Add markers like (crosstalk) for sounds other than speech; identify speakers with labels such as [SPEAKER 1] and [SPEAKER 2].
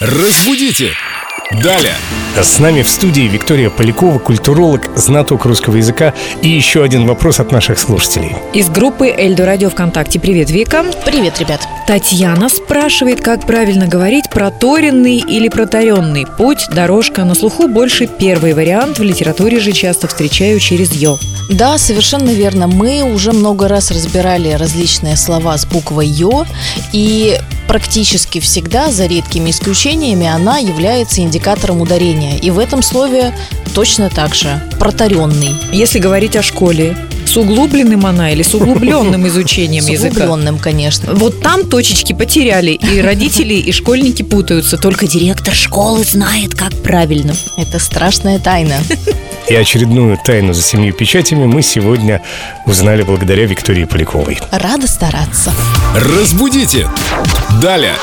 [SPEAKER 1] Разбудите! Далее!
[SPEAKER 2] С нами в студии Виктория Полякова, культуролог, знаток русского языка и еще один вопрос от наших слушателей.
[SPEAKER 3] Из группы Эльдо Радио ВКонтакте. Привет, Вика.
[SPEAKER 4] Привет, ребят.
[SPEAKER 3] Татьяна спрашивает, как правильно говорить проторенный или протаренный путь, дорожка. На слуху больше первый вариант, в литературе же часто встречаю через «ё».
[SPEAKER 4] Да, совершенно верно. Мы уже много раз разбирали различные слова с буквой «ё», и практически всегда, за редкими исключениями, она является индикатором ударения. И в этом слове точно так же. Протаренный.
[SPEAKER 3] Если говорить о школе, с углубленным она или с (laughs) углубленным изучением
[SPEAKER 4] С
[SPEAKER 3] языка?
[SPEAKER 4] углубленным, конечно.
[SPEAKER 3] Вот там точечки потеряли, и родители, и школьники путаются. Только директор школы знает, как правильно.
[SPEAKER 4] Это страшная тайна. (laughs)
[SPEAKER 2] И очередную тайну за семью печатями мы сегодня узнали благодаря Виктории Поляковой.
[SPEAKER 4] Рада стараться.
[SPEAKER 1] Разбудите! Далее!